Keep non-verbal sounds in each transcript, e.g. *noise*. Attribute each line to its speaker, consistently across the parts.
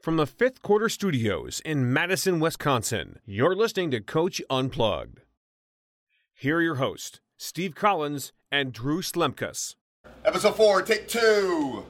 Speaker 1: From the fifth quarter studios in Madison, Wisconsin, you're listening to Coach Unplugged. Here are your hosts, Steve Collins and Drew Slemkus.
Speaker 2: Episode 4, take two.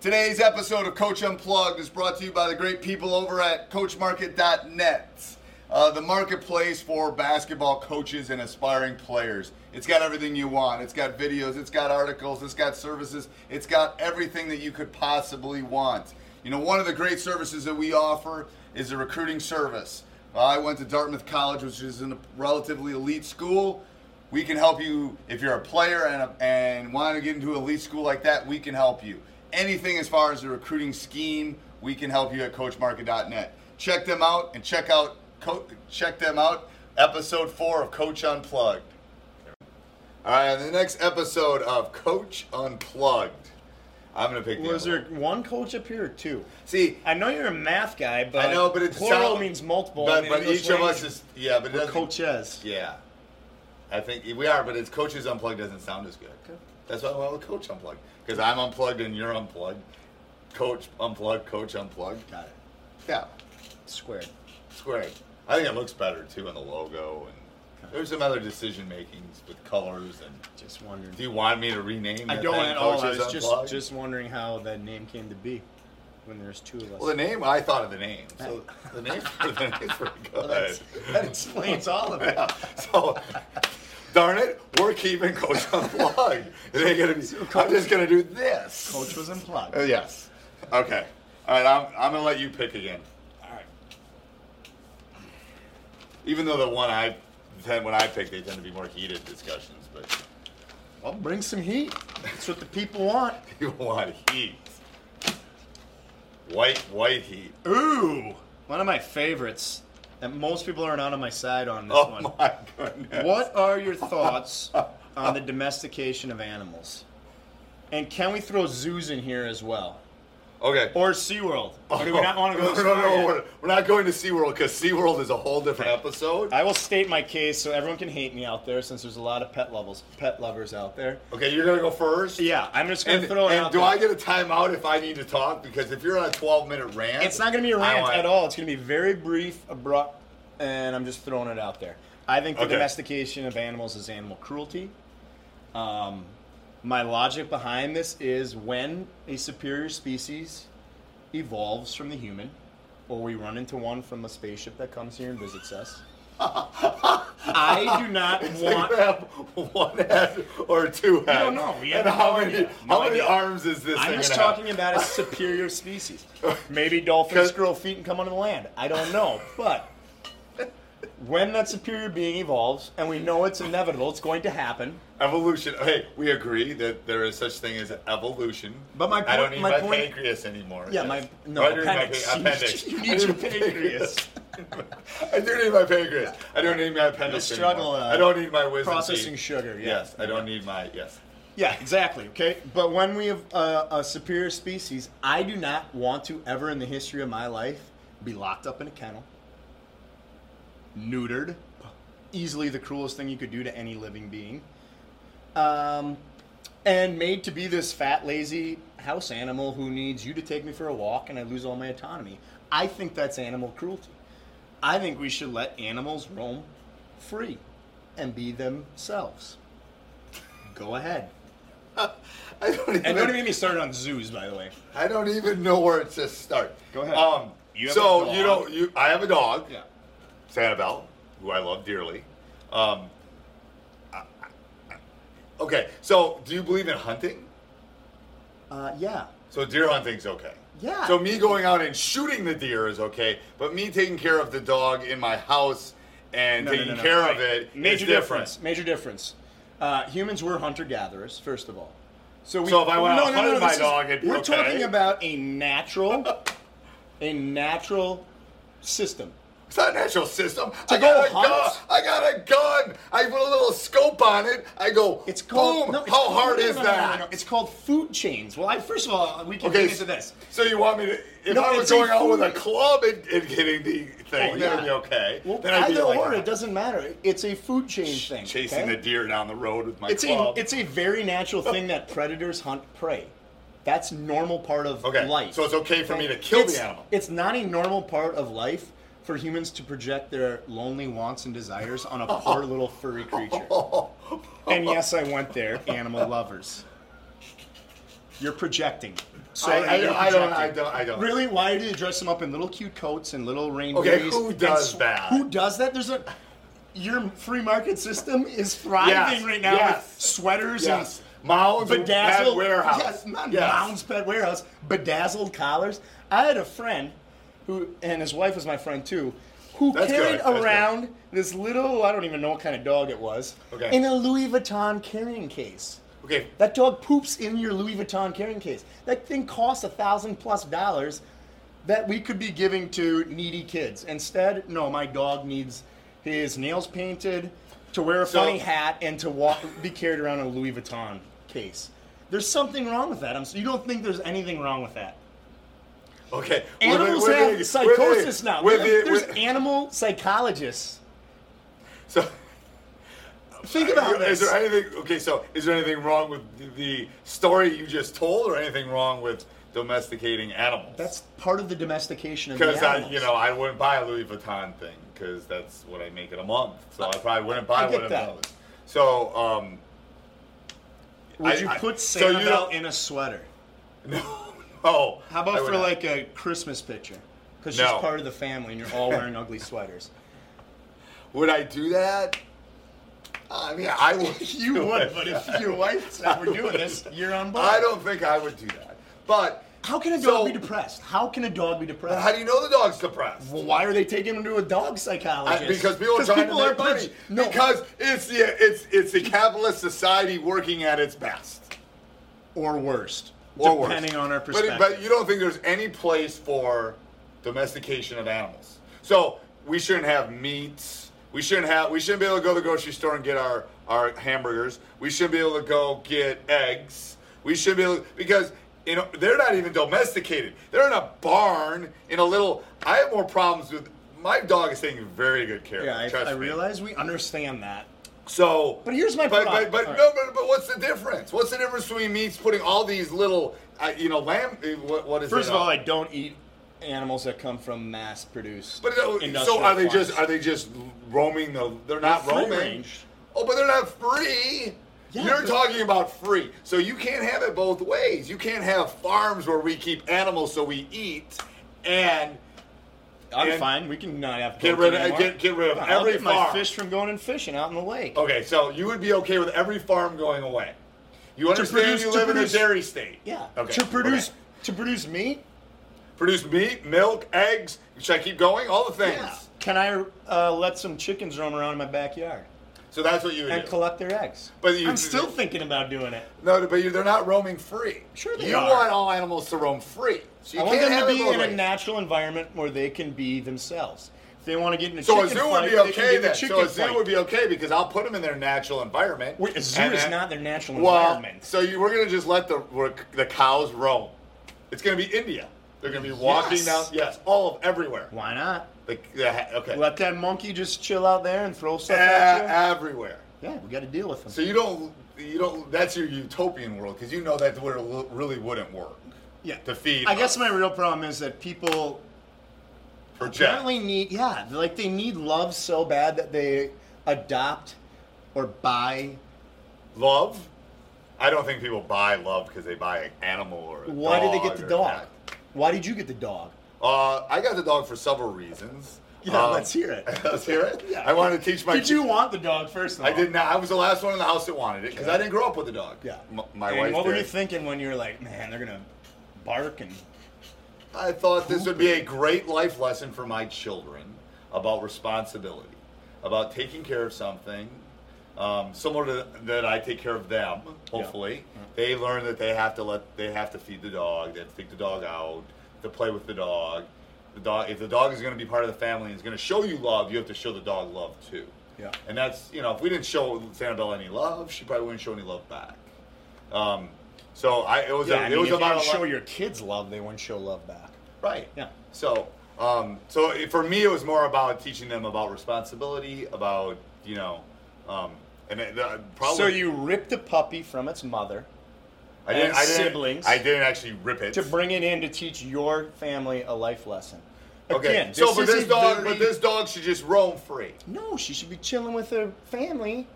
Speaker 2: Today's episode of Coach Unplugged is brought to you by the great people over at CoachMarket.net, uh, the marketplace for basketball coaches and aspiring players. It's got everything you want. It's got videos, it's got articles, it's got services, it's got everything that you could possibly want. You know, one of the great services that we offer is the recruiting service. Uh, I went to Dartmouth College, which is a relatively elite school. We can help you if you're a player and, a, and want to get into an elite school like that, we can help you. Anything as far as the recruiting scheme, we can help you at coachmarket.net. Check them out and check out co- check them out episode 4 of Coach Unplugged. All right, on the next episode of Coach Unplugged. I'm going to pick the
Speaker 3: Was
Speaker 2: other
Speaker 3: there one coach up here or two?
Speaker 2: See,
Speaker 3: I know you're a math guy, but
Speaker 2: I know, but it's
Speaker 3: plural
Speaker 2: sound-
Speaker 3: means multiple.
Speaker 2: But,
Speaker 3: and in
Speaker 2: but
Speaker 3: English
Speaker 2: each of us
Speaker 3: language,
Speaker 2: is yeah, but it
Speaker 3: we're
Speaker 2: doesn't-
Speaker 3: coaches.
Speaker 2: Yeah, I think we are, but it's coaches unplugged doesn't sound as good. That's why I went with coach unplugged because I'm unplugged and you're unplugged. Coach unplugged, coach unplugged.
Speaker 3: Got it.
Speaker 2: Yeah,
Speaker 3: Squared.
Speaker 2: squared. I think it looks better too on the logo and there's some other decision makings with colors and.
Speaker 3: Just wondering.
Speaker 2: Do you want me to rename?
Speaker 3: I
Speaker 2: the
Speaker 3: don't
Speaker 2: thing
Speaker 3: at all. I
Speaker 2: Coaches
Speaker 3: was just
Speaker 2: Unplugged?
Speaker 3: just wondering how that name came to be when there's two of us.
Speaker 2: Well, the name I thought of the name. So the name the
Speaker 3: *laughs*
Speaker 2: name's pretty good.
Speaker 3: that's- that explains all of it.
Speaker 2: Yeah. So, darn it, we're keeping Coach unplugged. It ain't gonna be. I'm just gonna do this.
Speaker 3: coach was implied.
Speaker 2: Uh, yes. Okay. All right. I'm I'm gonna let you pick again.
Speaker 3: All right.
Speaker 2: Even though the one I tend when I pick, they tend to be more heated discussions. But
Speaker 3: Well, bring some heat. That's what the people
Speaker 2: *laughs*
Speaker 3: want.
Speaker 2: you want heat. White white heat.
Speaker 3: Ooh, one of my favorites. That most people aren't out on my side on this
Speaker 2: Oh
Speaker 3: one.
Speaker 2: my goodness.
Speaker 3: What are your
Speaker 2: *laughs*
Speaker 3: thoughts on the domestication of animals? And can we throw zoos in here as well?
Speaker 2: Okay. Oh.
Speaker 3: Or SeaWorld? Or do we not want to go
Speaker 2: *laughs* No,
Speaker 3: this
Speaker 2: no,
Speaker 3: far
Speaker 2: no,
Speaker 3: yet?
Speaker 2: we're, we're not going to SeaWorld because SeaWorld is a whole different episode.
Speaker 3: I will state my case so everyone can hate me out there since there's a lot of pet levels, pet lovers out there.
Speaker 2: Okay, you're gonna go first.
Speaker 3: Yeah, I'm just going
Speaker 2: And,
Speaker 3: to throw it
Speaker 2: and
Speaker 3: out
Speaker 2: do
Speaker 3: there.
Speaker 2: I get a timeout if I need to talk? Because if you're on a 12 minute rant,
Speaker 3: It's not going to be a
Speaker 2: I
Speaker 3: rant
Speaker 2: want-
Speaker 3: at all. It's going to be very brief, abrupt, and I'm just throwing it out there. I think the
Speaker 2: Okay.
Speaker 3: domestication of animals is animal cruelty. Um, my logic behind this is when a superior species evolves from the human, or we run into one from a spaceship that comes here and visits
Speaker 2: *laughs*
Speaker 3: us. I do not
Speaker 2: It's like
Speaker 3: want.
Speaker 2: to have one head or two heads.
Speaker 3: don't know. We have
Speaker 2: and how
Speaker 3: no
Speaker 2: many
Speaker 3: idea.
Speaker 2: how
Speaker 3: No
Speaker 2: many
Speaker 3: idea.
Speaker 2: arms is this
Speaker 3: I'm
Speaker 2: thing
Speaker 3: just
Speaker 2: gonna have?
Speaker 3: talking
Speaker 2: *laughs*
Speaker 3: about a superior species. Maybe dolphins grow feet and come onto the land. I don't know, but
Speaker 2: when that superior being evolves, and we know it's inevitable, it's going to happen.
Speaker 4: Evolution. Hey, we agree that there is such thing as evolution.
Speaker 2: But my
Speaker 4: I don't
Speaker 2: point-
Speaker 4: need
Speaker 2: my
Speaker 4: my,
Speaker 2: point-
Speaker 4: pancreas anymore.
Speaker 2: Yeah, my- no,
Speaker 4: I do need my
Speaker 2: appendix.
Speaker 4: pa- appendix.
Speaker 2: *laughs* You
Speaker 4: I
Speaker 2: need your
Speaker 4: need *laughs* I do need my pancreas. I don't need my appendix
Speaker 2: You struggle,
Speaker 4: anymore.
Speaker 2: uh,
Speaker 4: I don't need my wisdom
Speaker 2: processing
Speaker 4: teeth.
Speaker 2: sugar, yeah.
Speaker 4: Yes, I don't need my yes.
Speaker 2: Yeah, exactly. Okay, but when we have uh, a superior species, I do not want to ever in the history of my life be locked up in a kennel, neutered, easily the cruelest thing you could do to any living being, um, and made to be this fat, lazy house animal who needs you to take me for a walk, and I lose all my autonomy. I think that's animal cruelty. I think we should let animals roam free and be themselves. Go ahead.
Speaker 4: *laughs* I don't even.
Speaker 2: And don't even get me started on zoos, by the way.
Speaker 4: I don't even know where it says start.
Speaker 2: Go ahead.
Speaker 4: Um,
Speaker 2: You have a
Speaker 4: so
Speaker 2: dog.
Speaker 4: you know, you I have a dog, Sanibel, who I love dearly. Um, I- I- I- okay, so do you believe in hunting?
Speaker 2: Uh, yeah.
Speaker 4: So deer hunting's okay.
Speaker 2: Yeah.
Speaker 4: So me going out and shooting the deer is okay, but me taking care of the dog in my house *laughs* and
Speaker 2: No, no,
Speaker 4: taking
Speaker 2: no, no.
Speaker 4: care
Speaker 2: Right.
Speaker 4: of it
Speaker 2: Major
Speaker 4: is different.
Speaker 2: difference. Major difference. Uh, humans were hunter gatherers, first of all. we,
Speaker 4: So if I went out hunting my
Speaker 2: this is-
Speaker 4: dog, it'd be
Speaker 2: we're
Speaker 4: okay.
Speaker 2: talking about a natural, a natural system.
Speaker 4: It's not a natural system.
Speaker 2: To
Speaker 4: I got
Speaker 2: go
Speaker 4: a
Speaker 2: hunt?
Speaker 4: gun. I got a gun. I put a little scope on it. I go.
Speaker 2: It's called.
Speaker 4: Boom.
Speaker 2: no, it's
Speaker 4: How
Speaker 2: called-
Speaker 4: hard
Speaker 2: no, no,
Speaker 4: is
Speaker 2: no, no, no,
Speaker 4: that?
Speaker 2: no, no. It's called food chains. Well, I first of all, we can get into this.
Speaker 4: So you want me to? If
Speaker 2: No,
Speaker 4: I was
Speaker 2: it's a
Speaker 4: going out with a
Speaker 2: food-
Speaker 4: club and, and hitting the thing, that
Speaker 2: Oh,
Speaker 4: would
Speaker 2: yeah.
Speaker 4: be okay.
Speaker 2: Well,
Speaker 4: then I'd be
Speaker 2: either
Speaker 4: like, "Ah,
Speaker 2: or, it doesn't matter. It's a food chain thing.
Speaker 4: Chasing the
Speaker 2: okay?
Speaker 4: deer down the road with my
Speaker 2: It's a,
Speaker 4: club.
Speaker 2: it's a very natural thing that predators hunt prey. That's normal part of
Speaker 4: Okay,
Speaker 2: life.
Speaker 4: so it's okay for me to kill the
Speaker 2: It's-
Speaker 4: animal.
Speaker 2: It's not a normal part of life for humans to project their lonely wants and desires on a
Speaker 4: *laughs*
Speaker 2: poor little furry creature. and yes, I went there, animal lovers. You're projecting. So
Speaker 4: I- I
Speaker 2: you're
Speaker 4: don't- I don't-
Speaker 2: projecting.
Speaker 4: I don't- I don't.
Speaker 2: Really? Why do you dress them up in little cute coats and little reindeer?
Speaker 4: who does that?
Speaker 2: Who does that? There's a your free market system is thriving
Speaker 4: Yes,
Speaker 2: right now
Speaker 4: yes.
Speaker 2: with sweaters
Speaker 4: yes.
Speaker 2: and
Speaker 4: Mounds and Pet
Speaker 2: bedazzled
Speaker 4: warehouse.
Speaker 2: Yes, not
Speaker 4: Yes.
Speaker 2: Mounds Pet Warehouse. Bedazzled collars. I had a friend who, and his wife was my friend too, who
Speaker 4: That's
Speaker 2: carried
Speaker 4: good, that's good.
Speaker 2: around this little—I don't even know what kind of dog it was—in
Speaker 4: Okay.
Speaker 2: a Louis Vuitton carrying case.
Speaker 4: Okay.
Speaker 2: That dog poops in your Louis Vuitton carrying case. That thing costs a thousand plus dollars that we could be giving to needy kids. Instead, no, my dog needs his nails painted, to wear a
Speaker 4: So-
Speaker 2: funny hat, and to walk, be carried around in a Louis Vuitton case. There's something wrong with that. I'm, s- you don't think there's anything wrong with that?
Speaker 4: Okay.
Speaker 2: Animals
Speaker 4: We're- we're
Speaker 2: have
Speaker 4: being-
Speaker 2: psychosis
Speaker 4: we're being-
Speaker 2: now.
Speaker 4: we're
Speaker 2: There-
Speaker 4: being-
Speaker 2: there's
Speaker 4: we're-
Speaker 2: animal psychologists.
Speaker 4: So,
Speaker 2: *laughs* Think about
Speaker 4: is
Speaker 2: this.
Speaker 4: there anything? Okay, so is there anything wrong with the- the story you just told, or anything wrong with domesticating animals?
Speaker 2: That's part of the domestication of the
Speaker 4: Because I,
Speaker 2: animals.
Speaker 4: you know, I wouldn't buy a Louis Vuitton thing because that's what I make in a month. So I probably wouldn't buy
Speaker 2: I get
Speaker 4: one of
Speaker 2: that.
Speaker 4: those. So, um,
Speaker 2: Would
Speaker 4: I-
Speaker 2: you
Speaker 4: I-
Speaker 2: put
Speaker 4: so you
Speaker 2: Santa
Speaker 4: don't-
Speaker 2: in a sweater?
Speaker 4: *laughs* no, no.
Speaker 2: How
Speaker 4: I
Speaker 2: about
Speaker 4: would
Speaker 2: for
Speaker 4: not.
Speaker 2: like a Christmas picture? Because
Speaker 4: No.
Speaker 2: she's part of the family, and you're all
Speaker 4: *laughs*
Speaker 2: wearing ugly sweaters.
Speaker 4: Would I do that? I mean, I would.
Speaker 2: *laughs* You would, but if your wife said we're doing this, you're on board.
Speaker 4: I don't think I would do that. But
Speaker 2: How can a dog
Speaker 4: So-
Speaker 2: be depressed? How can a dog be depressed?
Speaker 4: How do you know the dog's depressed?
Speaker 2: well, why are they taking him to a dog psychologist?
Speaker 4: I- because people
Speaker 2: *laughs*
Speaker 4: are trying
Speaker 2: people
Speaker 4: to
Speaker 2: are
Speaker 4: make money.
Speaker 2: prejud- No,
Speaker 4: Because it's the it's it's the capitalist society working at its best.
Speaker 2: or worst,
Speaker 4: or worse.
Speaker 2: depending on our
Speaker 4: But-
Speaker 2: perspective.
Speaker 4: But, you don't think there's any place for domestication of animals. So we shouldn't have meats. We shouldn't have. We shouldn't be able to go to the grocery store and get our our hamburgers. We shouldn't be able to go get eggs. We should be able because you know they're not even domesticated. They're in a barn in a little. I have more problems with. My dog is taking very good care. of
Speaker 2: yeah,
Speaker 4: me,
Speaker 2: I,
Speaker 4: trust
Speaker 2: I
Speaker 4: me.
Speaker 2: realize we understand that.
Speaker 4: So,
Speaker 2: But here's my
Speaker 4: but,
Speaker 2: problem.
Speaker 4: But, but
Speaker 2: All
Speaker 4: no, but, but what's the difference? What's the difference between meats putting all these little, uh, you know, lamb? uh, What, what is
Speaker 2: First
Speaker 4: it
Speaker 2: of all,
Speaker 4: on?
Speaker 2: I don't eat animals that come from mass-produced.
Speaker 4: But uh, so
Speaker 2: industrial
Speaker 4: are they
Speaker 2: farms.
Speaker 4: just are they just roaming? The they're not
Speaker 2: They're free
Speaker 4: roaming.
Speaker 2: range.
Speaker 4: Oh, but they're not free.
Speaker 2: Yeah,
Speaker 4: You're
Speaker 2: but-
Speaker 4: talking about free, so you can't have it both ways. You can't have farms where we keep animals so we eat, and
Speaker 2: I'm
Speaker 4: And-
Speaker 2: fine. We can not have
Speaker 4: Get
Speaker 2: poultry
Speaker 4: rid of-
Speaker 2: anymore.
Speaker 4: get- get rid of
Speaker 2: I'll
Speaker 4: every
Speaker 2: get
Speaker 4: farm.
Speaker 2: my fish from going and fishing out in the lake.
Speaker 4: okay, so you would be okay with every farm going away. You understand
Speaker 2: produce-
Speaker 4: you
Speaker 2: to
Speaker 4: live
Speaker 2: produce-
Speaker 4: in a dairy state.
Speaker 2: Yeah.
Speaker 4: Okay.
Speaker 2: To produce
Speaker 4: okay.
Speaker 2: to produce meat.
Speaker 4: produce meat, milk, eggs. Should I keep going? All the things.
Speaker 2: Yeah. Can I uh, let some chickens roam around in my backyard
Speaker 4: So that's what you would
Speaker 2: and
Speaker 4: do.
Speaker 2: collect their eggs?
Speaker 4: But you-
Speaker 2: I'm still thinking about doing it.
Speaker 4: No, but you, they're not roaming free.
Speaker 2: Sure they
Speaker 4: you
Speaker 2: are.
Speaker 4: You want all animals to roam free. So you
Speaker 2: I want
Speaker 4: can't
Speaker 2: them to
Speaker 4: have
Speaker 2: be
Speaker 4: them
Speaker 2: in a
Speaker 4: away.
Speaker 2: natural environment where they can be themselves. If they want to get in a
Speaker 4: So a
Speaker 2: chicken
Speaker 4: zoo
Speaker 2: fight,
Speaker 4: would be
Speaker 2: they can
Speaker 4: okay
Speaker 2: get in a
Speaker 4: then.
Speaker 2: chicken
Speaker 4: So a zoo
Speaker 2: fight.
Speaker 4: would be okay because I'll put them in their natural environment.
Speaker 2: Wait, a zoo
Speaker 4: And
Speaker 2: is
Speaker 4: then-
Speaker 2: not their natural
Speaker 4: well,
Speaker 2: environment.
Speaker 4: So you, we're gonna just let the we're, the cows roam. It's gonna be India. They're gonna be walking
Speaker 2: Yes.
Speaker 4: down. Yes, all of everywhere.
Speaker 2: Why not?
Speaker 4: Like, yeah, okay.
Speaker 2: Let that monkey just chill out there and throw
Speaker 4: E-
Speaker 2: stuff at you.
Speaker 4: everywhere.
Speaker 2: yeah, we got to deal with them.
Speaker 4: So you don't you don't. That's your utopian world because you know that would, really wouldn't work.
Speaker 2: yeah,
Speaker 4: to feed
Speaker 2: I guess my real problem is that people
Speaker 4: For Jack.
Speaker 2: apparently need yeah, they're like they need love so bad that they adopt or buy
Speaker 4: love. I don't think people buy love because they buy an animal or. A
Speaker 2: Why
Speaker 4: dog
Speaker 2: did they get the
Speaker 4: or a
Speaker 2: dog?
Speaker 4: cat.
Speaker 2: Why did you get the dog?
Speaker 4: Uh, I got the dog for several reasons.
Speaker 2: Yeah,
Speaker 4: Um,
Speaker 2: let's hear it.
Speaker 4: *laughs* let's hear
Speaker 2: *laughs*
Speaker 4: it. I wanted to teach my.
Speaker 2: Did you want the dog first? Though?
Speaker 4: I did not. I was the last one in the house that wanted it because I didn't grow up with a dog.
Speaker 2: Yeah.
Speaker 4: M- my
Speaker 2: and
Speaker 4: wife.
Speaker 2: What were
Speaker 4: did.
Speaker 2: you thinking when you were like, man, they're gonna bark and
Speaker 4: I thought this would be a great life lesson for my children about responsibility, about taking care of something, um, similar to that I take care of them. Hopefully, they learn that they have to let they have to feed the dog, they have to take the dog out, to play with the dog. The dog, if the dog is going to be part of the family and is going to show you love, you have to show the dog love too.
Speaker 2: Yeah.
Speaker 4: and that's you know if we didn't show Sanibel any love, she probably wouldn't show any love back. Um, so I it was a, it was
Speaker 2: if
Speaker 4: about
Speaker 2: you
Speaker 4: a
Speaker 2: don't show
Speaker 4: lo-
Speaker 2: your kids love, they won't show love back.
Speaker 4: Right.
Speaker 2: Yeah.
Speaker 4: So, um, so it- for me, it was more about teaching them about responsibility, about you know, um, and it, the, probably.
Speaker 2: So you ripped a puppy from its mother
Speaker 4: I didn't,
Speaker 2: and
Speaker 4: I didn't,
Speaker 2: siblings.
Speaker 4: I didn't actually rip it.
Speaker 2: to bring it in to teach your family a life lesson.
Speaker 4: okay.
Speaker 2: Again,
Speaker 4: so, but
Speaker 2: is
Speaker 4: this
Speaker 2: a
Speaker 4: dog,
Speaker 2: very-
Speaker 4: but this dog should just roam free.
Speaker 2: No, she should be chilling with her family,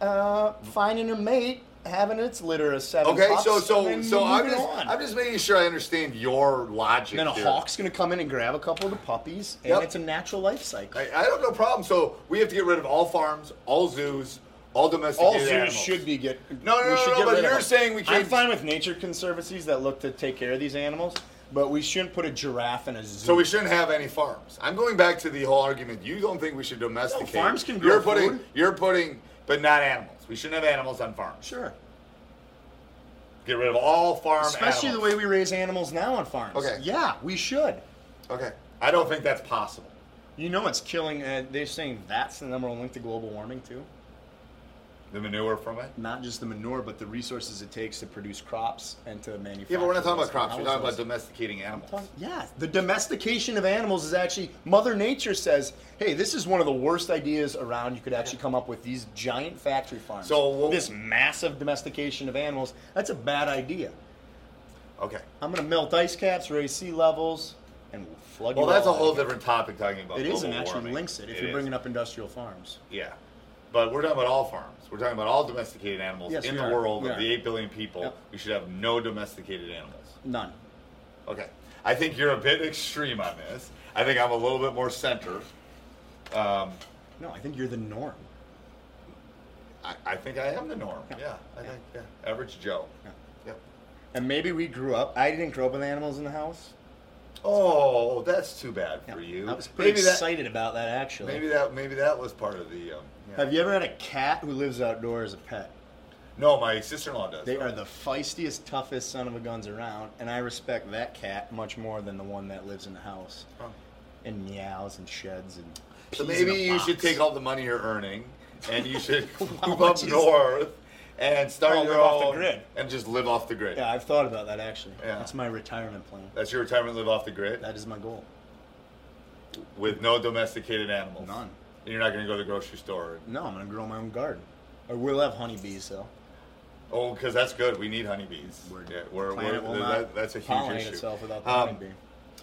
Speaker 2: uh, finding a mate, having its litter of seven.
Speaker 4: Okay.
Speaker 2: pups,
Speaker 4: So,
Speaker 2: and
Speaker 4: so,
Speaker 2: then
Speaker 4: so I'm
Speaker 2: moving
Speaker 4: just,
Speaker 2: on.
Speaker 4: I'm just making sure I understand your logic.
Speaker 2: And then a
Speaker 4: here.
Speaker 2: hawk's gonna come in and grab a couple of the puppies, and
Speaker 4: Yep.
Speaker 2: it's a natural life cycle.
Speaker 4: I, I have no problem. So we have to get rid of all farms, all zoos, all domesticated
Speaker 2: All zoos
Speaker 4: animals.
Speaker 2: should be get.
Speaker 4: No, no,
Speaker 2: we
Speaker 4: no,
Speaker 2: should
Speaker 4: no,
Speaker 2: get
Speaker 4: but
Speaker 2: rid of
Speaker 4: you're
Speaker 2: them.
Speaker 4: saying we
Speaker 2: I'm
Speaker 4: can't-
Speaker 2: fine with nature conservancies that look to take care of these animals, but we shouldn't put a giraffe in a zoo.
Speaker 4: So we shouldn't have any farms. I'm going back to the whole argument. You don't think we should domesticate.
Speaker 2: No, farms can grow
Speaker 4: You're putting,
Speaker 2: food.
Speaker 4: you're putting, but not animals. We shouldn't have animals on farms.
Speaker 2: sure,
Speaker 4: Get rid of all farm
Speaker 2: especially
Speaker 4: animals.
Speaker 2: the way we raise animals now on farms.
Speaker 4: Okay.
Speaker 2: Yeah, we should.
Speaker 4: Okay. I don't think that's possible.
Speaker 2: You know, it's killing. Uh, they're saying that's the number one link to global warming too.
Speaker 4: The manure from it.
Speaker 2: Not just the manure, but the resources it takes to produce crops and to manufacture.
Speaker 4: Yeah, but we're not talking about
Speaker 2: those
Speaker 4: crops. We're talking about
Speaker 2: households.
Speaker 4: domesticating animals.
Speaker 2: Yeah, the domestication of animals is actually Mother Nature says, "Hey, this is one of the worst ideas around. You could actually come up with these giant factory farms.
Speaker 4: So we'll-
Speaker 2: this massive domestication of animals, that's a bad idea.
Speaker 4: Okay.
Speaker 2: I'm going to melt ice caps, raise sea levels, and we'll flood
Speaker 4: Well,
Speaker 2: you.
Speaker 4: that's a
Speaker 2: all
Speaker 4: whole
Speaker 2: out again."
Speaker 4: different topic talking about.
Speaker 2: It is, and
Speaker 4: global
Speaker 2: actually
Speaker 4: warming.
Speaker 2: links it if you're
Speaker 4: is.
Speaker 2: bringing up industrial farms.
Speaker 4: Yeah. But we're talking about all farms. We're talking about all domesticated animals
Speaker 2: Yes,
Speaker 4: in
Speaker 2: we
Speaker 4: the
Speaker 2: are.
Speaker 4: world
Speaker 2: We
Speaker 4: of
Speaker 2: are.
Speaker 4: the 8 billion people.
Speaker 2: Yep.
Speaker 4: We should have no domesticated animals.
Speaker 2: None.
Speaker 4: Okay. I think you're a bit extreme on this. I think I'm a little bit more center. Um,
Speaker 2: No, I think you're the norm.
Speaker 4: I, I think I am the norm. Yeah. I think, yeah. Average Joe. Yeah.
Speaker 2: And maybe we grew up. I didn't grow up with animals in the house.
Speaker 4: Oh, that's too bad for you.
Speaker 2: I was pretty
Speaker 4: maybe that,
Speaker 2: excited about that actually.
Speaker 4: maybe that maybe that was part of the. Um, yeah.
Speaker 2: Have you ever had a cat who lives outdoors as a pet?
Speaker 4: No, my sister-in-law does.
Speaker 2: They are the feistiest, toughest son of a guns around, and I respect that cat much more than the one that lives in the house and meows and sheds and.
Speaker 4: So
Speaker 2: pees in
Speaker 4: maybe
Speaker 2: a
Speaker 4: you should
Speaker 2: box.
Speaker 4: take all the money you're earning, and you
Speaker 2: *laughs*
Speaker 4: should *laughs* move
Speaker 2: much
Speaker 4: up
Speaker 2: is-
Speaker 4: north and start
Speaker 2: Oh,
Speaker 4: your
Speaker 2: live off the
Speaker 4: own
Speaker 2: grid.
Speaker 4: and just live off the grid.
Speaker 2: Yeah, I've thought about that actually.
Speaker 4: Yeah.
Speaker 2: That's my retirement plan.
Speaker 4: That's your retirement. Live off the grid
Speaker 2: That is my goal.
Speaker 4: with no domesticated animals.
Speaker 2: None.
Speaker 4: And you're not going to go to the grocery store.
Speaker 2: No, I'm gonna grow my own garden. Or we'll have honeybees though.
Speaker 4: Oh, because that's good. We need honeybees.
Speaker 2: We're-
Speaker 4: yeah, we're,
Speaker 2: Planet will
Speaker 4: we're,
Speaker 2: not
Speaker 4: that, that's a huge
Speaker 2: pollinate
Speaker 4: issue.
Speaker 2: itself without the
Speaker 4: Um,
Speaker 2: honeybee.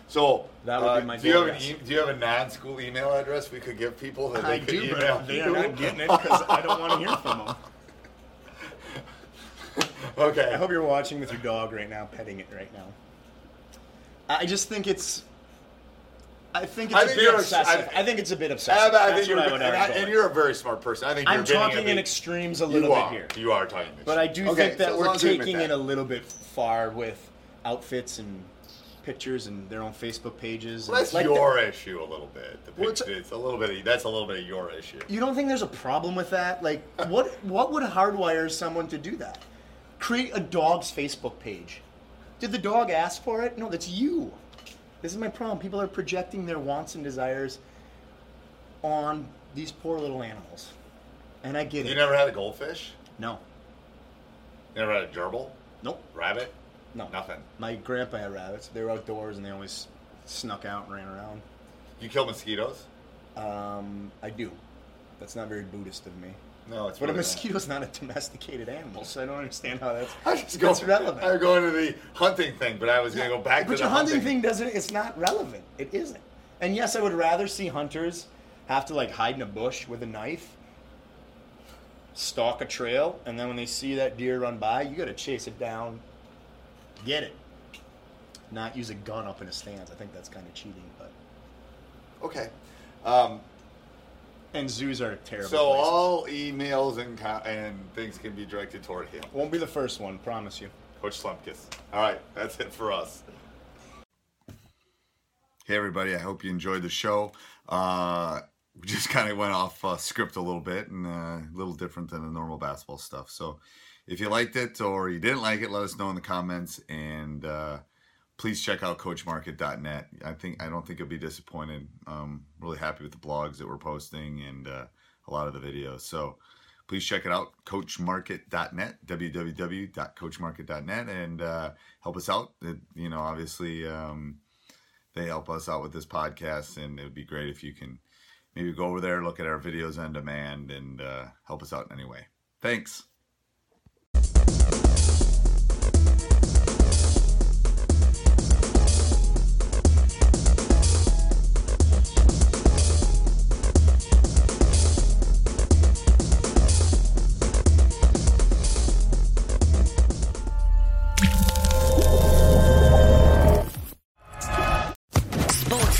Speaker 4: So
Speaker 2: That would
Speaker 4: uh,
Speaker 2: be my
Speaker 4: do you
Speaker 2: goal,
Speaker 4: have an
Speaker 2: yes.
Speaker 4: e- do you have a non-school email address we could give people that they
Speaker 2: I
Speaker 4: could
Speaker 2: do,
Speaker 4: email?
Speaker 2: but they
Speaker 4: you?
Speaker 2: are not getting it because I don't want to hear
Speaker 4: *laughs*
Speaker 2: from them.
Speaker 4: Okay.
Speaker 2: I hope you're watching with your dog right now, petting it right now. I just think it's. I think it's
Speaker 4: I
Speaker 2: a
Speaker 4: think
Speaker 2: bit
Speaker 4: you're-
Speaker 2: obsessive.
Speaker 4: I-
Speaker 2: I, think it's a bit obsessive.
Speaker 4: And, I
Speaker 2: That's
Speaker 4: think you're,
Speaker 2: what I would
Speaker 4: and, I-
Speaker 2: argue.
Speaker 4: and you're a very smart person. I think
Speaker 2: I'm
Speaker 4: you're getting
Speaker 2: talking
Speaker 4: at
Speaker 2: in
Speaker 4: the-
Speaker 2: extremes a little
Speaker 4: you
Speaker 2: bit
Speaker 4: are.
Speaker 2: here.
Speaker 4: You are talking. in
Speaker 2: But I do
Speaker 4: extremes. Okay,
Speaker 2: think that
Speaker 4: so as long
Speaker 2: we're
Speaker 4: as we admit
Speaker 2: taking
Speaker 4: that.
Speaker 2: it a little bit far with outfits and pictures and their own Facebook pages.
Speaker 4: Well,
Speaker 2: and-
Speaker 4: that's
Speaker 2: Like,
Speaker 4: your issue a little bit. The
Speaker 2: Well, it's-
Speaker 4: picture, it's a little bit. Of, that's a little bit of your issue.
Speaker 2: You don't think there's a problem with that? Like, what what would hardwire someone to do that? Create a dog's Facebook page. Did the dog ask for it? No, that's you. This is my problem. People are projecting their wants and desires on these poor little animals, and I get
Speaker 4: You
Speaker 2: it.
Speaker 4: never had a goldfish?
Speaker 2: no,
Speaker 4: You never had a gerbil?
Speaker 2: nope,
Speaker 4: Rabbit?
Speaker 2: no,
Speaker 4: Nothing.
Speaker 2: My grandpa had rabbits. They were outdoors and they always snuck out and ran around.
Speaker 4: You kill mosquitoes?
Speaker 2: Um, I do. That's not very Buddhist of me.
Speaker 4: No, it's
Speaker 2: But a
Speaker 4: really not.
Speaker 2: mosquito's not a domesticated animal, so I don't understand how that's,
Speaker 4: I just go.
Speaker 2: that's relevant.
Speaker 4: I'm going to the hunting thing, but I was going to go back
Speaker 2: but
Speaker 4: to
Speaker 2: your
Speaker 4: the
Speaker 2: hunting thing doesn't it's not relevant it isn't and yes i would rather see hunters have to like hide in a bush with a knife stalk a trail and then when they see that deer run by you gotta chase it down get it not use a gun up in a stands i think that's kind of cheating but
Speaker 4: Okay. Um,
Speaker 2: and zoos are terrible
Speaker 4: so
Speaker 2: places.
Speaker 4: all emails and co- and things can be directed toward him,
Speaker 2: won't be the first one promise you
Speaker 4: Coach Slumpkis. All right, that's it for us. Hey everybody, I hope you enjoyed the show. Uh, we just kind of went off uh, script a little bit and uh, a little different than the normal basketball stuff. So if you liked it or you didn't like it, let us know in the comments and uh, please check out coachmarket.net. I think I don't think you'll be disappointed. Um, really happy with the blogs that we're posting and uh, a lot of the videos. So please check it out coachmarket.net www.coachmarket.net and uh, help us out It- you know obviously um, they help us out with this podcast and it would be great if you can maybe go over there look at our videos on demand and uh, help us out in any way thanks
Speaker 3: Sports